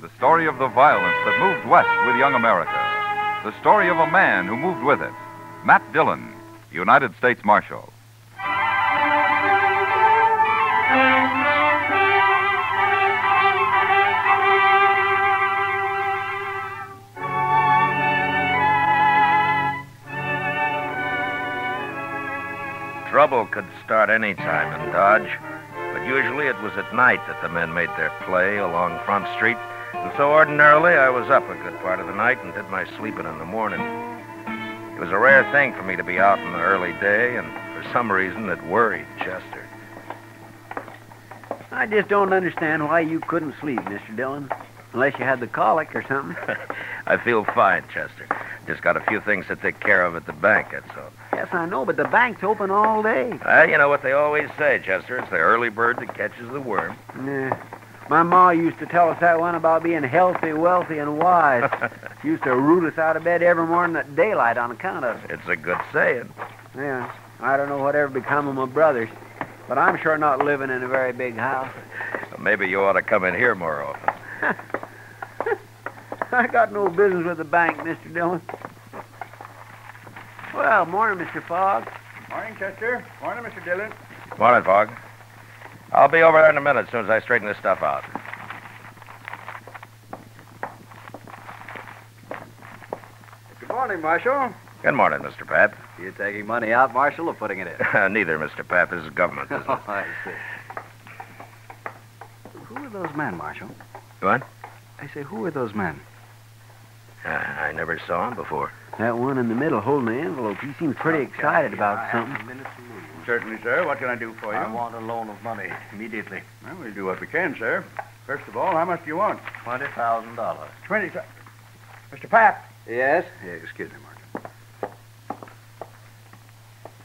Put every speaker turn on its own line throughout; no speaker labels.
The story of the violence that moved west with young America. The story of a man who moved with it. Matt Dillon, United States Marshal.
Trouble could start any time in Dodge, but usually it was at night that the men made their play along Front Street, and so ordinarily I was up a good part of the night and did my sleeping in the morning. It was a rare thing for me to be out in the early day, and for some reason it worried Chester.
I just don't understand why you couldn't sleep, Mr. Dillon. Unless you had the colic or something.
I feel fine, Chester. Just got a few things to take care of at the bank, that's all.
Yes, I know, but the bank's open all day.
Well, you know what they always say, Chester. It's the early bird that catches the worm.
Yeah. My ma used to tell us that one about being healthy, wealthy, and wise. she used to root us out of bed every morning at daylight on account of it.
It's a good saying.
Yeah. I don't know whatever become of my brothers, but I'm sure not living in a very big house.
Maybe you ought to come in here more often.
I got no business with the bank, Mr. Dillon. Well, morning, Mr. Fogg.
Morning, Chester. Morning, Mr. Dillon.
Morning, Fogg. I'll be over there in a minute as soon as I straighten this stuff out.
Good morning, Marshal.
Good morning, Mr. Pap.
You taking money out, Marshal, or putting it in?
Neither, Mr. Pap. This is government business.
oh, I see. Who are those men, Marshal?
What?
I say, who are those men?
Uh, I never saw him before.
That one in the middle holding the envelope, he seems pretty excited about something.
Certainly, sir. What can I do for you?
I want a loan of money immediately.
Well, we'll do what we can, sir. First of all, how much do you want?
Twenty thousand dollars.
Twenty. thou- Mr. Pap.
Yes? Yeah, excuse me, Marshal.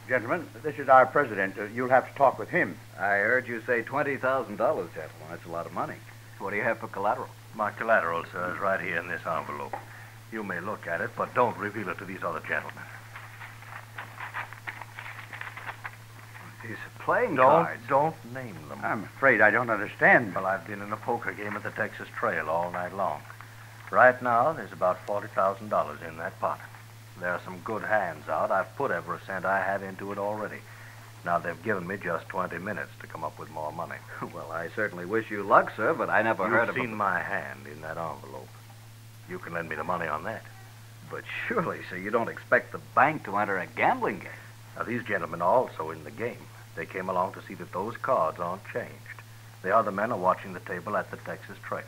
Gentlemen, this is our president. Uh, you'll have to talk with him.
I heard you say $20,000, gentlemen. That's a lot of money. What do you have for collateral?
My collateral, sir, is right here in this envelope. You may look at it, but don't reveal it to these other gentlemen.
He's playing
Don't,
cards.
don't name them.
I'm afraid I don't understand.
Well, I've been in a poker game at the Texas Trail all night long. Right now, there's about $40,000 in that pot. There are some good hands out. I've put every cent I had into it already. Now, they've given me just 20 minutes to come up with more money.
Well, I certainly wish you luck, sir, but I never
You've
heard of
seen
them.
my hand in that envelope. You can lend me the money on that.
But surely, sir, you don't expect the bank to enter a gambling game.
Now, these gentlemen are also in the game. They came along to see that those cards aren't changed. The other men are watching the table at the Texas Trail.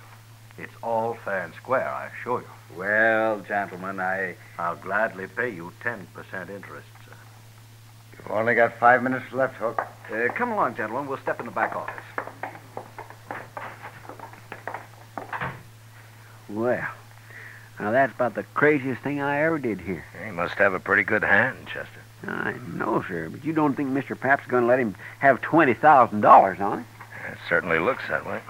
It's all fair and square, I assure you.
Well, gentlemen, I...
I'll gladly pay you 10% interest, sir.
You've only got five minutes left, Hook.
Uh, come along, gentlemen. We'll step in the back office.
Well, now that's about the craziest thing I ever did here.
He must have a pretty good hand, Chester.
I know, sir, but you don't think Mr. Pap's going to let him have $20,000 on it?
It certainly looks that way.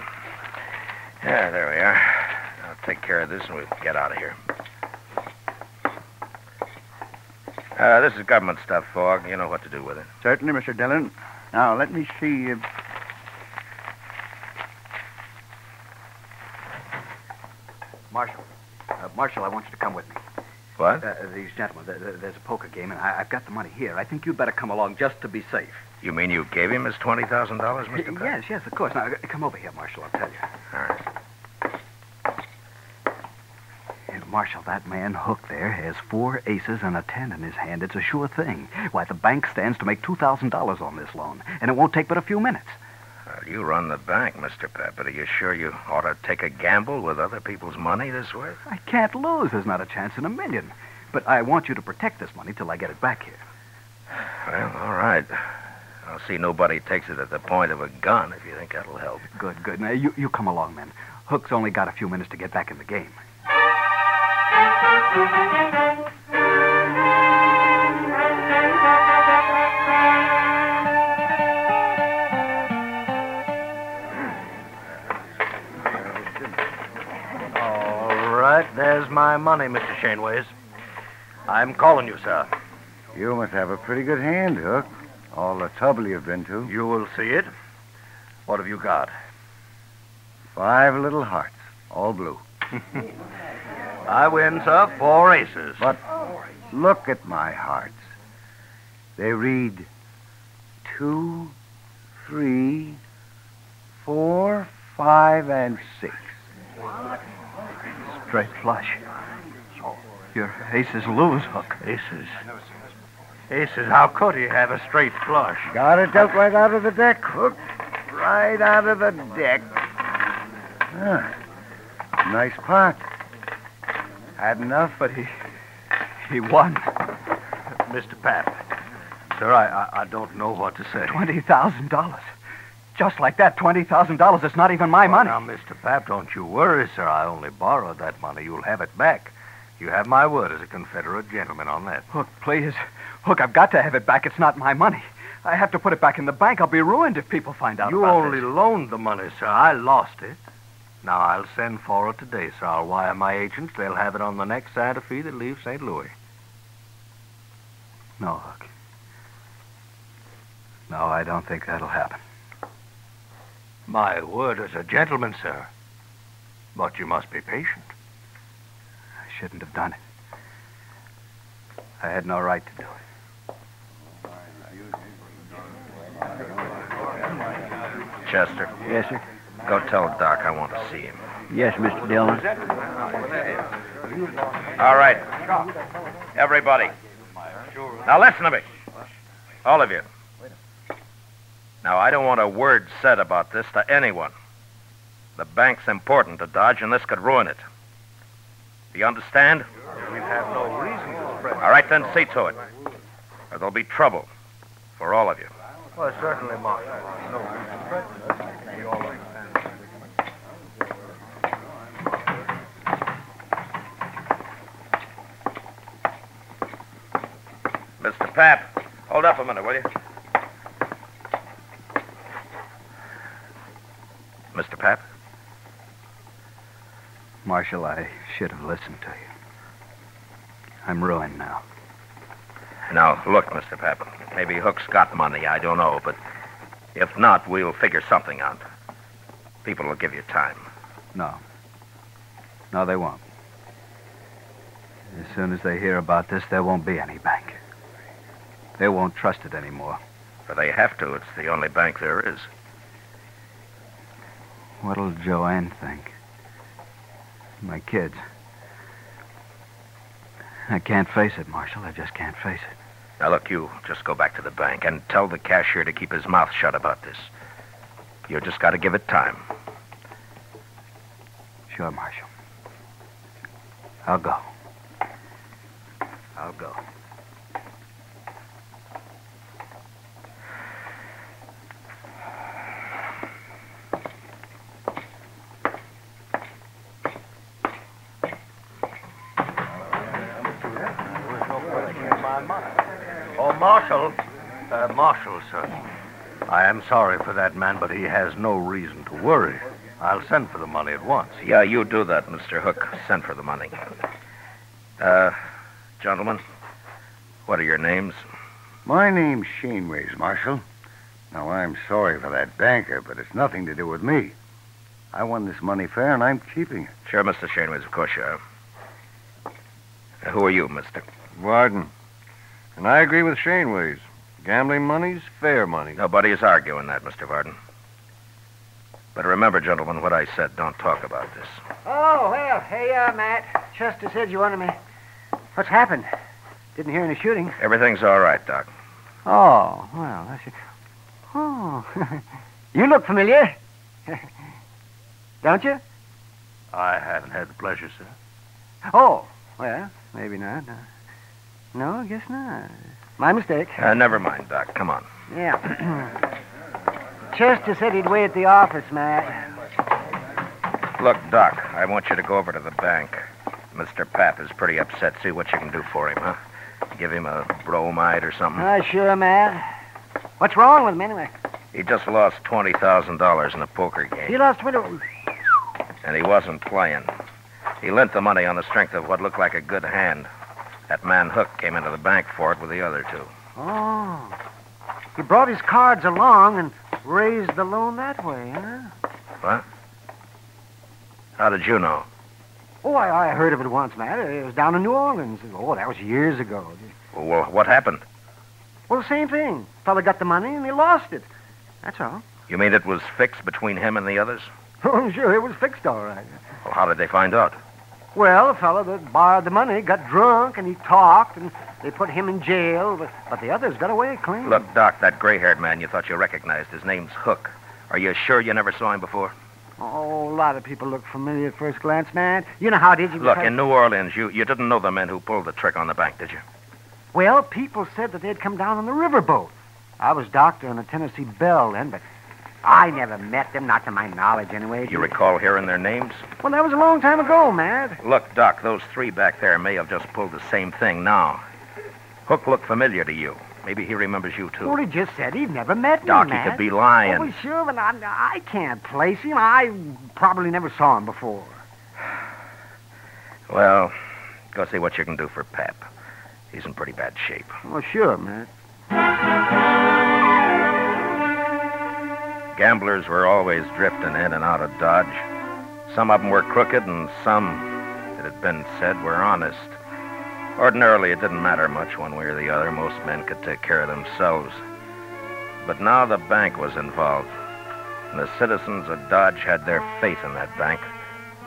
Yeah, there we are. I'll take care of this and we'll get out of here. Uh, this is government stuff, Fogg. You know what to do with it.
Certainly, Mr. Dillon. Now, let me see. Uh,
Marshal. Uh, Marshal, I want you to come with me.
What?
Uh, these gentlemen, th- th- there's a poker game, and I- I've got the money here. I think you'd better come along just to be safe.
You mean you gave him his $20,000, Mr. Pap?
Yes, yes, of course. Now, uh, come over here, Marshal. I'll tell you.
All right.
Uh, Marshal, that man Hook there has four aces and a ten in his hand. It's a sure thing. Why, the bank stands to make $2,000 on this loan, and it won't take but a few minutes.
Well, you run the bank, Mr. Pap, but are you sure you ought to take a gamble with other people's money this way?
I can't lose. There's not a chance in a million. But I want you to protect this money till I get it back here.
Well, all right. I'll see nobody takes it at the point of a gun if you think that'll help.
Good, good. Now, you, you come along, then. Hook's only got a few minutes to get back in the game.
All right, there's my money, Mr. Shaneways. I'm calling you, sir.
You must have a pretty good hand, Hook. All the trouble you've been to.
You will see it. What have you got?
Five little hearts, all blue.
I win, sir, four aces.
But look at my hearts. They read two, three, four, five, and six.
Straight flush. Your aces lose, Hook.
Aces. Aces, how could he have a straight flush?
Got it dealt right out of the deck, Hook. Right out of the deck. Ah, nice pot. Had enough?
But he. He won
Mr. Pap. Sir, I, I, I don't know what to say.
$20,000. Just like that, $20,000. It's not even my
Well,
money.
Now, Mr. Pap, don't you worry, sir. I only borrowed that money. You'll have it back. You have my word as a Confederate gentleman on that.
Hook, please. Hook, I've got to have it back. It's not my money. I have to put it back in the bank. I'll be ruined if people find out
you
about
only
this.
loaned the money, sir. I lost it. Now, I'll send for it today, sir. I'll wire my agents. They'll have it on the next Santa Fe that leaves St. Louis.
No, Hook. No, I don't think that'll happen.
My word as a gentleman, sir. But you must be patient.
I shouldn't have done it. I had no right to do it.
Chester,
Yes, sir.
go tell Doc I want to see him.
Yes, Mr. Dillon.
All right. Everybody. Now listen to me. All of you. Now, I don't want a word said about this to anyone. The bank's important to Dodge, and this could ruin it. Do you understand?
We have no reason to spread.
All right, then, see to it. Or there'll be trouble for all of you.
Well, certainly, Marshal.
Mr. Pap, hold up a minute, will you? Mr. Pap?
Marshal, I should have listened to you. I'm ruined now.
Now, look, Mr. Pap. Maybe Hook's got money, I don't know, but if not, we'll figure something out. People will give you time.
No. No, they won't. As soon as they hear about this, there won't be any bank. They won't trust it anymore.
But they have to. It's the only bank there is.
What'll Joanne think? My kids. I can't face it, Marshal. I just can't face it.
Now, look, you just go back to the bank and tell the cashier to keep his mouth shut about this. You just got to give it time.
Sure, Marshal. I'll go. I'll go.
Oh, Marshal. Uh, Marshal, sir. I am sorry for that man, but he has no reason to worry. I'll send for the money at once.
Yeah, you do that, Mr. Hook. Send for the money. Uh, gentlemen, what are your names?
My name's Shaneways, Marshal. Now, I'm sorry for that banker, but it's nothing to do with me. I won this money fair, and I'm keeping it.
Sure, Mr. Shaneways, of course you are. Uh, who are you, mister?
Warden. And I agree with Shaneways. Gambling money's fair money.
Nobody is arguing that, Mr. Varden. But remember, gentlemen, what I said. Don't talk about this.
Oh, well, hey, uh, Matt. Chester said you wanted me. What's happened? Didn't hear any shooting.
Everything's all right, Doc.
Oh, well, that's... Oh. you look familiar. Don't you?
I haven't had the pleasure, sir.
Oh, well, maybe not. No, I guess not. My mistake.
Uh, never mind, Doc. Come on.
Yeah. Chester said he'd wait at the office, Matt.
Look, Doc, I want you to go over to the bank. Mr. Pap is pretty upset. See what you can do for him, huh? Give him a bromide or something.
Uh, sure, Matt. What's wrong with him, anyway?
He just lost $20,000 in a poker
He
game,
lost twenty.
and he wasn't playing. He lent the money on the strength of what looked like a good hand. That man Hook came into the bank for it with the other two.
Oh. He brought his cards along and raised the loan that way, huh?
How did you know?
Oh, I, I heard of it once, Matt. It was down in New Orleans. Oh, that was years ago.
Well, what happened?
Well, same thing. Fella got the money and he lost it. That's all.
You mean it was fixed between him and the others?
Oh, sure, it was fixed all right.
Well, how did they find out?
Well, the fella that borrowed the money got drunk and he talked and they put him in jail, but, but the others got away clean.
Look, Doc, that gray haired man you thought you recognized, his name's Hook. Are you sure you never saw him before?
Oh, a lot of people look familiar at first glance, Matt. You know how it is. You
Look, in New Orleans, you, you didn't know the men who pulled the trick on the bank, did you?
Well, people said that they'd come down on the riverboat. I was doctor in the Tennessee Bell then, but I never met them, not to my knowledge anyway.
You recall hearing their names?
Well, that was a long time ago, Matt.
Look, Doc, those three back there may have just pulled the same thing now. Hook looked familiar to you. Maybe he remembers you,
Well,
too.
he just said he'd never met me,
Doc, he
Matt.
could be
Oh, well,
lying.
sure, but I, I can't place him. I probably never saw him before.
Well, go see what you can do for Pap. He's in pretty bad shape.
Well, sure, Matt.
Gamblers were always drifting in and out of Dodge. Some of them were crooked, and some, it had been said, were honest. Ordinarily, it didn't matter much one way or the other. Most men could take care of themselves. But now the bank was involved, and the citizens of Dodge had their faith in that bank,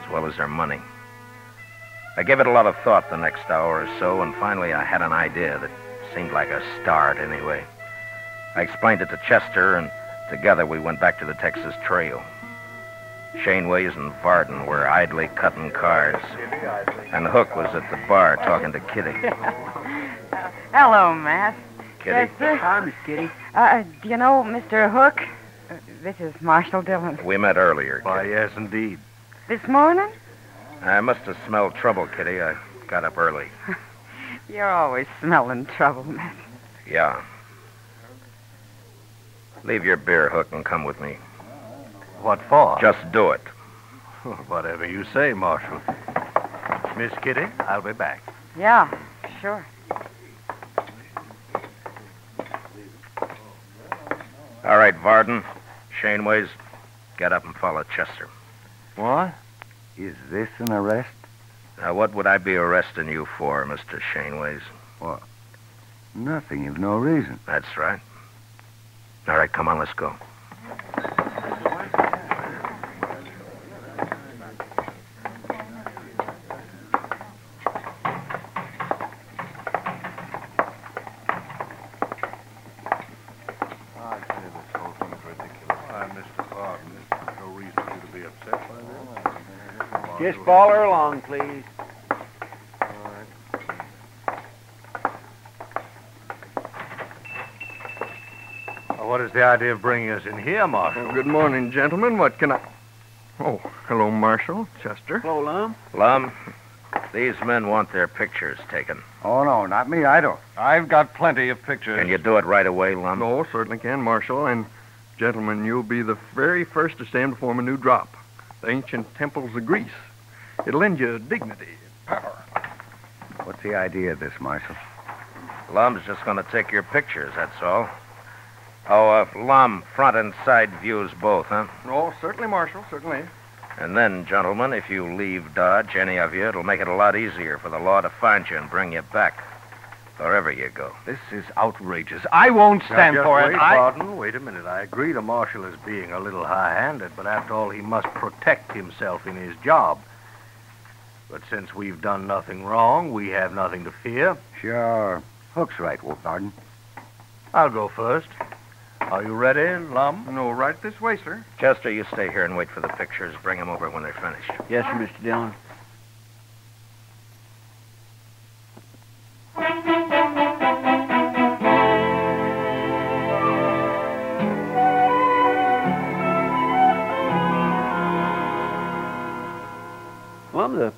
as well as their money. I gave it a lot of thought the next hour or so, and finally I had an idea that seemed like a start anyway. I explained it to Chester, and Together, we went back to the Texas Trail. Shaneways and Varden were idly cutting cars, and Hook was at the bar talking to Kitty.
Hello, Matt.
Kitty,
Chester.
Miss Kitty.
Uh, do you know Mr. Hook? Uh, This is Marshal Dillon.
we met earlier.
Why,
Kitty.
yes, indeed.
This morning?
I must have smelled trouble, Kitty. I got up early.
You're always smelling trouble, Matt.
Yeah. Leave your beer, Hook, and come with me.
What for?
Just do it.
Whatever you say, Marshal. Miss Kitty, I'll be back.
Yeah, sure.
All right, Varden, Shaneways, get up and follow Chester.
What? Is this an arrest?
Now, what would I be arresting you for, Mr. Shaneways?
Nothing of no reason.
That's right. All right, come on, let's go.
Just follow her along, please.
What is the idea of bringing us in here, Marshal?
good morning, gentlemen. What can I. Oh, hello, Marshal. Chester.
Hello, Lum.
Lum, these men want their pictures taken.
Oh, no, not me. I don't.
I've got plenty of pictures.
Can you do it right away, Lum?
No, certainly can, Marshal. And, gentlemen, you'll be the very first to stand before a new drop. The ancient temples of Greece. It'll lend you dignity, power.
What's the idea of this, Marshal?
Lum's just going to take your pictures, that's all. Oh, uh, Lum, front and side views both, huh?
Oh, certainly, Marshal, certainly.
And then, gentlemen, if you leave Dodge, any of you, it'll make it a lot easier for the law to find you and bring you back. Wherever you go.
This is outrageous. I won't
Now,
stand
just
for
wait,
it. I...
Varden, wait a minute. I agree the marshal is being a little high-handed, but after all, he must protect himself in his job. But since we've done nothing wrong, we have nothing to fear.
Sure. Hook's right, Wolf Garden.
I'll go first. Are you ready, Lum?
No, right this way, sir.
Chester, you stay here and wait for the pictures. Bring 'em over when they're finished.
Yes, sir, Mr. Dillon.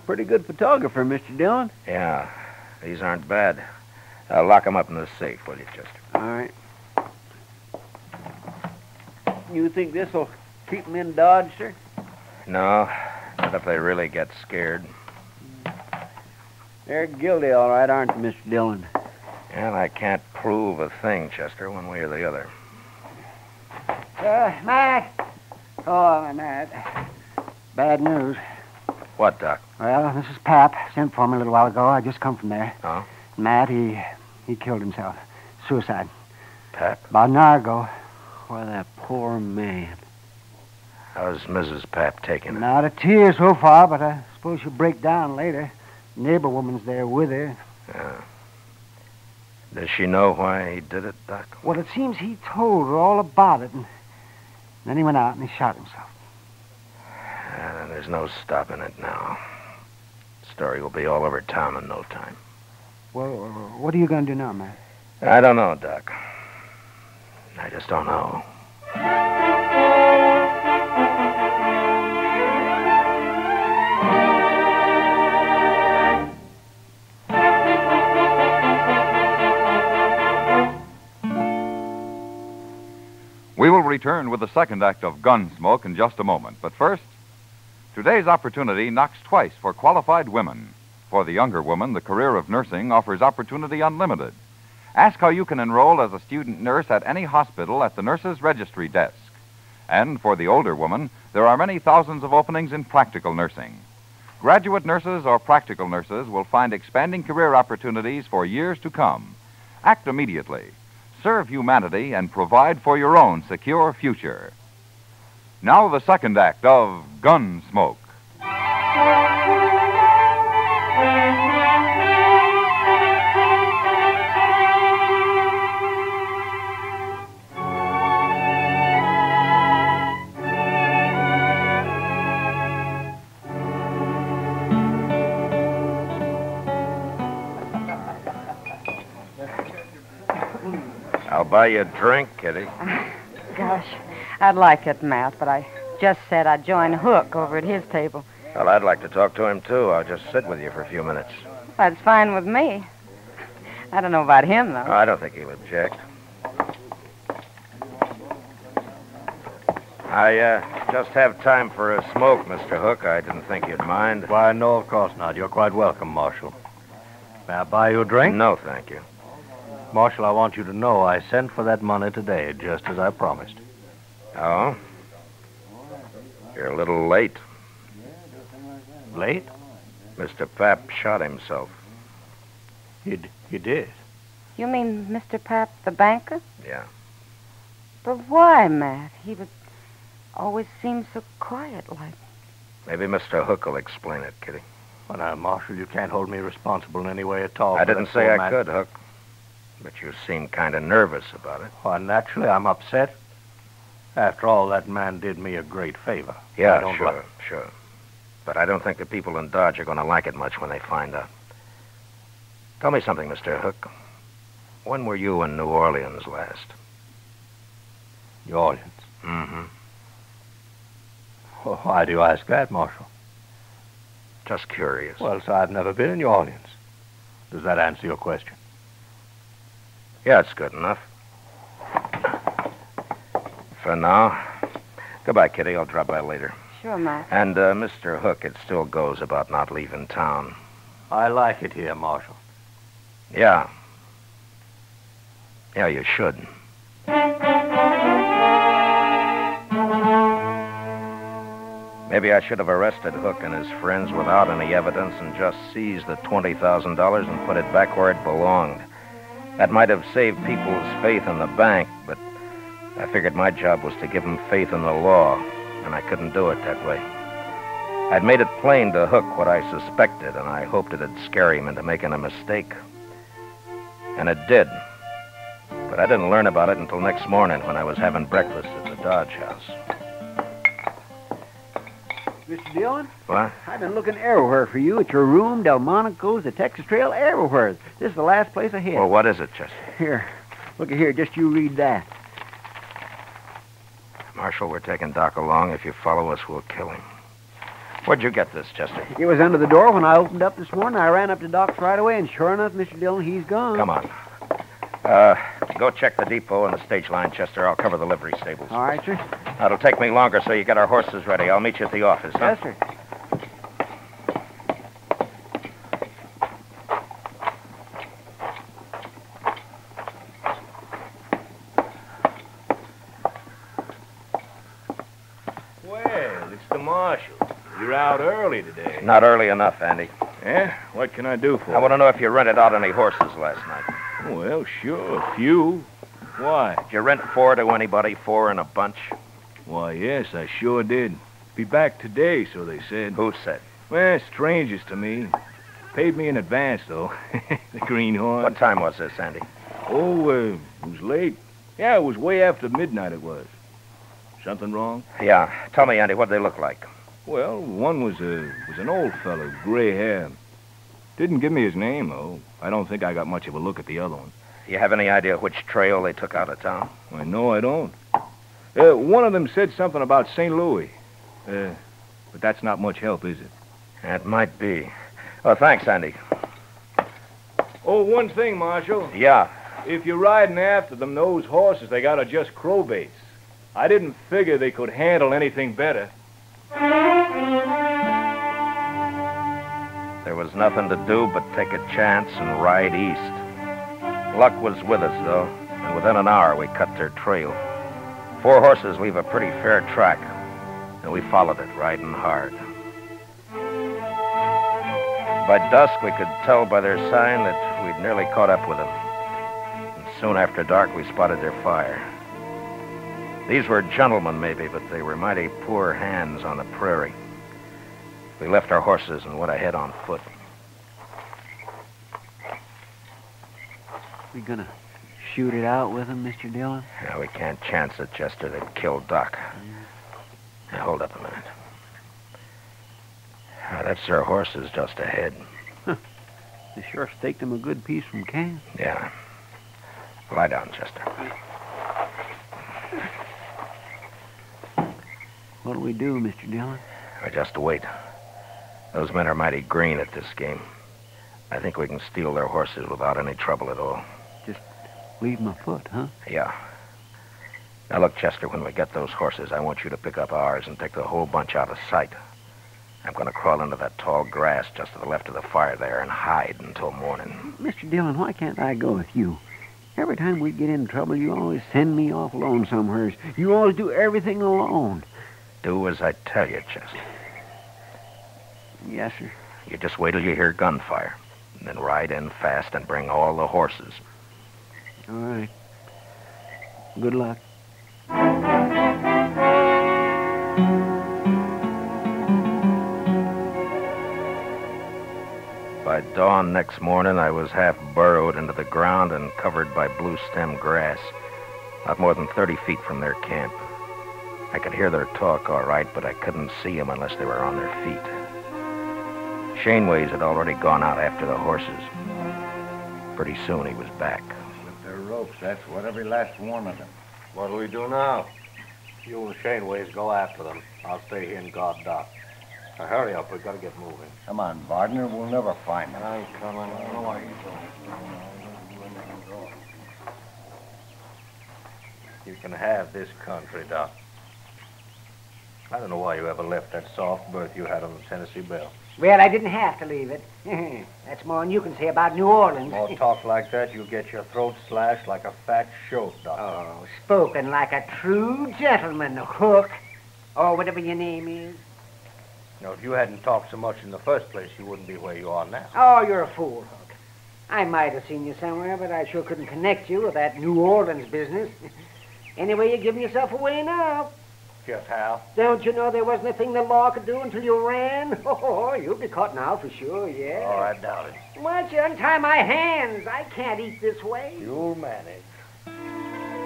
pretty good photographer, Mr. Dillon.
Yeah, these aren't bad. Uh, lock 'em up in the safe, will you, Chester?
All right. You think this'll keep him in Dodge, sir?
No, not if they really get scared.
They're guilty, all right, aren't they, Mr. Dillon?
And I can't prove a thing, Chester, one way or the other.
Uh, Matt. Oh, Matt. Bad news.
What, Doc?
Well, this is Pap. Sent for me a little while ago. I just come from there.
Oh?
Matt, he he killed himself. Suicide.
Pap?
About an hour ago.
Why, that poor man.
How's Mrs. Pap taking it?
Not a tear so far, but
uh,
I suppose she'll break down later. Neighbor woman's there with her.
Yeah. Uh, Does she know why he did it, Doc?
Well, it seems he told her all about it, and then he went out and he shot himself.
Uh, there's no stopping it now. Story will be all over town in no time.
Well, uh, what are you going to do now, Matt?
I don't know, Doc. I just don't know.
We will return with the second act of Gunsmoke in just a moment. But first, today's opportunity knocks twice for qualified women. For the younger woman, the career of nursing offers opportunity unlimited. Ask how you can enroll as a student nurse at any hospital at the nurse's registry desk. And for the older woman, there are many thousands of openings in practical nursing. Graduate nurses or practical nurses will find expanding career opportunities for years to come. Act immediately serve humanity, and provide for your own secure future. Now, the second act of Gunsmoke.
I'll buy you a drink, Kitty.
Gosh, I'd like it, Matt, but I just said I'd join Hook over at his table.
Well, I'd like to talk to him, too. I'll just sit with you for a few minutes.
That's fine with me. I don't know about him,
Oh,
though.
I don't think he'll object. I uh, just have time for a smoke, Mr. Hook. I didn't think you'd mind.
Why, no, of course not. You're quite welcome, Marshal. May I buy you a drink?
No, thank you.
Marshal, I want you to know I sent for that money today, just as I promised.
Oh? You're a little late.
Late?
Mr. Pap shot himself.
He, d- he did.
You mean Mr. Pap, the banker?
Yeah.
But why, Matt? He would always seem so quiet like.
Maybe Mr. Hook will explain it, Kitty.
Well, now, uh, Marshal, you can't hold me responsible in any way at all.
I
for
didn't
that
say
poor
I
man.
could, Hook. But you seem kind of nervous about it.
Why, naturally, I'm upset. After all, that man did me a great favor. I
Yeah,
don't
sure,
like-
sure. But I don't think the people in Dodge are going to like it much when they find out. Tell me something, Mr. Hook. When were you in New Orleans last?
New Orleans.
Mm-hmm.
Well, why do you ask that, Marshal?
Just curious.
Well, sir, I've never been in New Orleans. Does that answer your question?
yeah, it's good enough. For now. Goodbye, Kitty. I'll drop by later.
Sure, Matt.
And, uh, Mr. Hook, it still goes about not leaving town.
I like it here, Marshal.
Yeah. Yeah, you should. Maybe I should have arrested Hook and his friends without any evidence and just seized the $20,000 and put it back where it belonged. That might have saved people's faith in the bank, but I figured my job was to give them faith in the law, and I couldn't do it that way. I'd made it plain to Hook what I suspected, and I hoped it'd scare him into making a mistake. And it did. But I didn't learn about it until next morning when I was having breakfast at the Dodge House.
Mr. Dillon,
What?
I've been looking everywhere for you at your room, Delmonico's, the Texas Trail, everywhere. This is the last place I hit.
Well, what is it, Chester?
Here, look at here. Just you read that.
Marshal, we're taking Doc along. If you follow us, we'll kill him. Where'd you get this, Chester?
It was under the door when I opened up this morning. I ran up to Doc's right away, and sure enough, Mr. Dillon, he's gone.
Come on. Uh, go check the depot and the stage line, Chester. I'll cover the livery stables.
All right, sir.
That'll take me longer, so you get our horses ready. I'll meet you at the office. Huh?
Yes, sir.
Well, it's the marshal. You're out early today.
Not early enough, Andy.
Yeah? What can I do for
I want to know if you rented out any horses last night.
you? Well, sure, a few. Why?
Did you rent four to anybody? Four in a bunch?
Why, yes, I sure did. Be back today, so they said.
Who said?
Well, strangers to me. Paid me in advance, though. the greenhorn.
What time was this, Andy?
Oh, uh, it was late. Yeah, it was way after midnight it was. Something wrong?
Yeah. Tell me, Andy, what they look like.
Well, one was a was an old fellow, gray hair. Didn't give me his name though. I don't think I got much of a look at the other one.
You have any idea which trail they took out of town?
I know I don't. Uh, one of them said something about St. Louis, uh, but that's not much help, is it?
That might be. Oh, thanks, Andy.
Oh, one thing, Marshal.
Yeah.
If you're riding after them, those horses they got are just crowbaits. I didn't figure they could handle anything better.
There was nothing to do but take a chance and ride east. Luck was with us, though, and within an hour we cut their trail. Four horses leave a pretty fair track, and we followed it, riding hard. By dusk, we could tell by their sign that we'd nearly caught up with them. And soon after dark, we spotted their fire. These were gentlemen, maybe, but they were mighty poor hands on the prairie. We left our horses and went ahead on foot.
We gonna shoot it out with him, Mr. Dillon?
Now, we can't chance it, Chester. They'd kill Doc. Now, hold up a minute. Ah, that's their horses just ahead.
They sure staked him a good piece from camp.
Yeah. Lie down, Chester.
What'll we do, Mr. Dillon?
Or just wait. Those men are mighty green at this game. I think we can steal their horses without any trouble at all.
Leave him a foot, huh?
Yeah. Now, look, Chester, when we get those horses, I want you to pick up ours and take the whole bunch out of sight. I'm going to crawl into that tall grass just to the left of the fire there and hide until morning.
Mr. Dillon, why can't I go with you? Every time we get in trouble, you always send me off alone somewheres. You always do everything alone.
Do as I tell you, Chester.
Yes, sir.
You just wait till you hear gunfire, and then ride in fast and bring all the horses.
All right. Good luck.
By dawn next morning, I was half burrowed into the ground and covered by blue stem grass, not more than 30 feet from their camp. I could hear their talk all right, but I couldn't see them unless they were on their feet. Shaneways had already gone out after the horses. Pretty soon he was back.
With their ropes, that's what every last one of them.
What'll we do now?
You and Shaneways go after them. I'll stay here and guard Doc. Now, hurry up. We've got to get moving.
Come on, Vardner, we'll never find them.
I'm coming.
You can have this country, Doc. I don't know why you ever left that soft berth you had on the Tennessee Belle.
Well, I didn't have to leave it. That's more than you can say about New Orleans.
More talk like that, you get your throat slashed like a fat shoat, Doc.
Oh, Spoken like a true gentleman, Hook, or whatever your name is.
Now, if you hadn't talked so much in the first place, you wouldn't be where you are now.
Oh, you're a fool, Hook. I might have seen you somewhere, but I sure couldn't connect you with that New Orleans business. anyway, you're giving yourself away now.
Just how?
Don't you know there wasn't a thing the law could do until you ran? Oh, you'll be caught now for sure, yeah.
Oh, I doubt it.
Why don't you untie my hands? I can't eat this way.
You'll manage.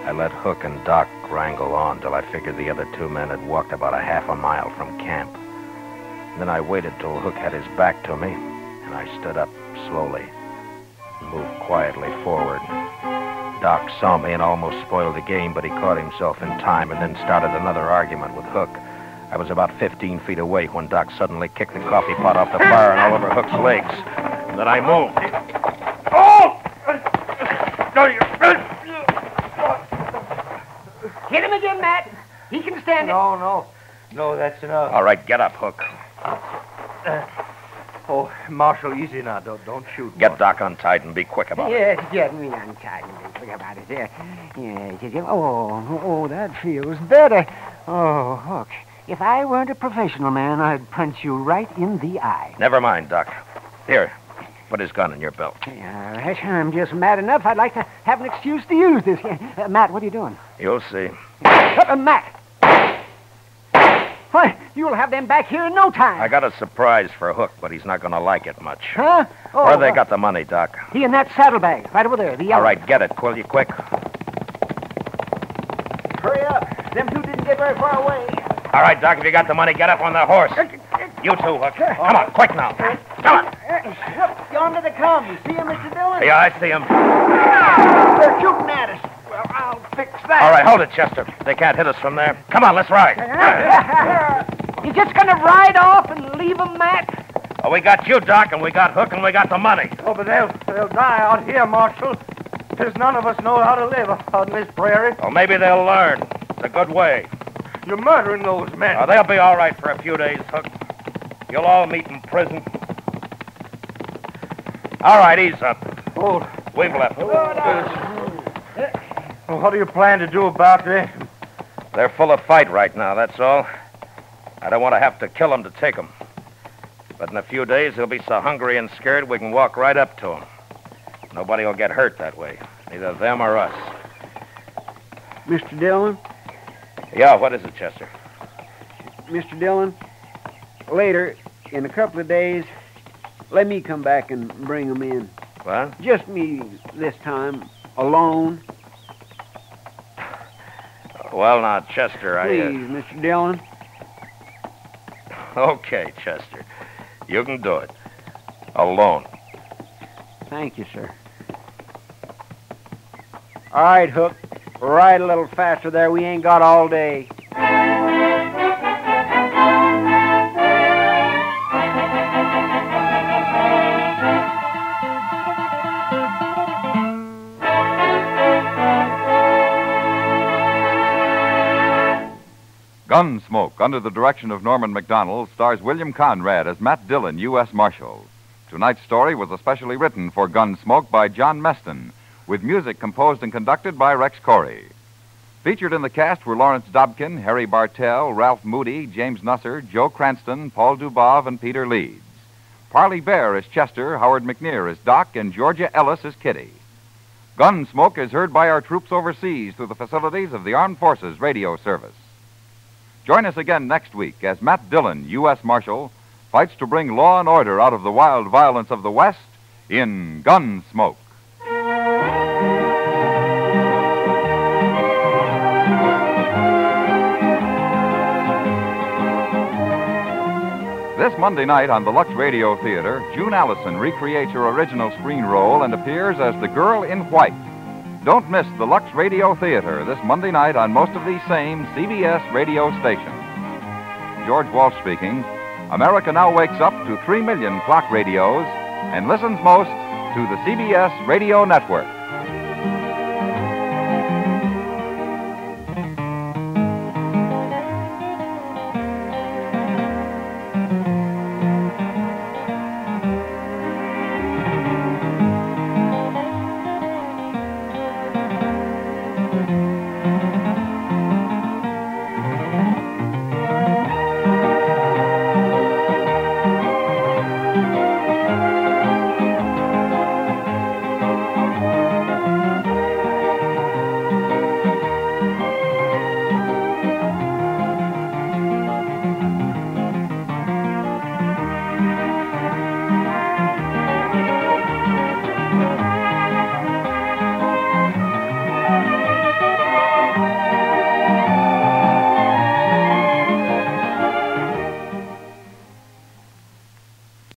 I let Hook and Doc wrangle on till I figured the other two men had walked about a half a mile from camp. Then I waited till Hook had his back to me, and I stood up slowly and moved quietly forward. Doc saw me and almost spoiled the game, but he caught himself in time and then started another argument with Hook. I was about 15 feet away when Doc suddenly kicked the coffee pot off the fire and all over Hook's legs. And then I moved.
Oh! No, you.
Hit him again, Matt. He can stand
no, it. No, no. No, that's enough.
All right, get up, Hook.
Uh, Oh, Marshal, easy now. Don't, don't shoot.
Get Doc untied and be quick about it.
Yes, get me untied and be quick about it. There. Yes, yes, yes. Oh, oh, that feels better. Oh, Hook, if I weren't a professional man, I'd punch you right in the eye.
Never mind, Doc. Here, put his gun in your belt.
All right, I'm just mad enough. I'd like to have an excuse to use this. Uh, Matt, what are you doing?
You'll see.
Uh, uh, Matt! Why, you'll have them back here in no time.
I got a surprise for Hook, but he's not going to like it much.
Huh? Oh,
Where they
uh,
got the money, Doc?
He in that saddlebag, right over there. The yellow.
All right, get it, will you, quick?
Hurry up. Them two didn't get very far away.
All right, Doc, if you got the money, get up on the
Uh,
horse. You too, Hook. Come on, quick now. Come on.
Look, Uh, yonder they come. You see him, Mr. Dillon?
Yeah, I see him.
They're shooting at us. Well, I'll fix that.
All right, hold it, Chester. They can't hit us from there. Come on, let's ride.
You just gonna ride off and leave 'em, Matt?
Oh, we got you, Doc, and we got Hook, and we got the money.
Oh, but they'll, they'll die out here, Marshal. There's none of us know how to live out in this prairie.
Well, maybe they'll learn. It's a good way.
You're murdering those men.
Oh, they'll be all right for a few days, Hook. You'll all meet in prison. All right, ease up.
Hold.
We've left.
Well, what do you plan to do about this?
They're full of fight right now, that's all. I don't want to have to kill 'em to take 'em, But in a few days, they'll be so hungry and scared we can walk right up to 'em. Nobody will get hurt that way, neither them or us.
Mr. Dillon?
Yeah, what is it, Chester?
Mr. Dillon, later, in a couple of days, let me come back and bring 'em in.
What?
Just me this time, alone.
Well, now, Chester, I. uh,
Please, Mr. Dillon.
Okay, Chester. You can do it. Alone.
Thank you, sir. All right, Hook. Ride a little faster there. We ain't got all day.
Gunsmoke, under the direction of Norman McDonald, stars William Conrad as Matt Dillon, U.S. Marshal. Tonight's story was especially written for Gunsmoke by John Meston, with music composed and conducted by Rex Corey. Featured in the cast were Lawrence Dobkin, Harry Bartell, Ralph Moody, James Nusser, Joe Cranston, Paul Dubov, and Peter Leeds. Parley Bear is Chester, Howard McNear is Doc, and Georgia Ellis is Kitty. Gunsmoke is heard by our troops overseas through the facilities of the Armed Forces Radio Service. Join us again next week as Matt Dillon, U.S. Marshal, fights to bring law and order out of the wild violence of the West in Gunsmoke. This Monday night on the Lux Radio Theater, June Allison recreates her original screen role and appears as the girl in white. Don't miss the Lux Radio Theater this Monday night on most of these same CBS radio stations. George Walsh speaking. America now wakes up to 3 million clock radios and listens most to the CBS Radio Network.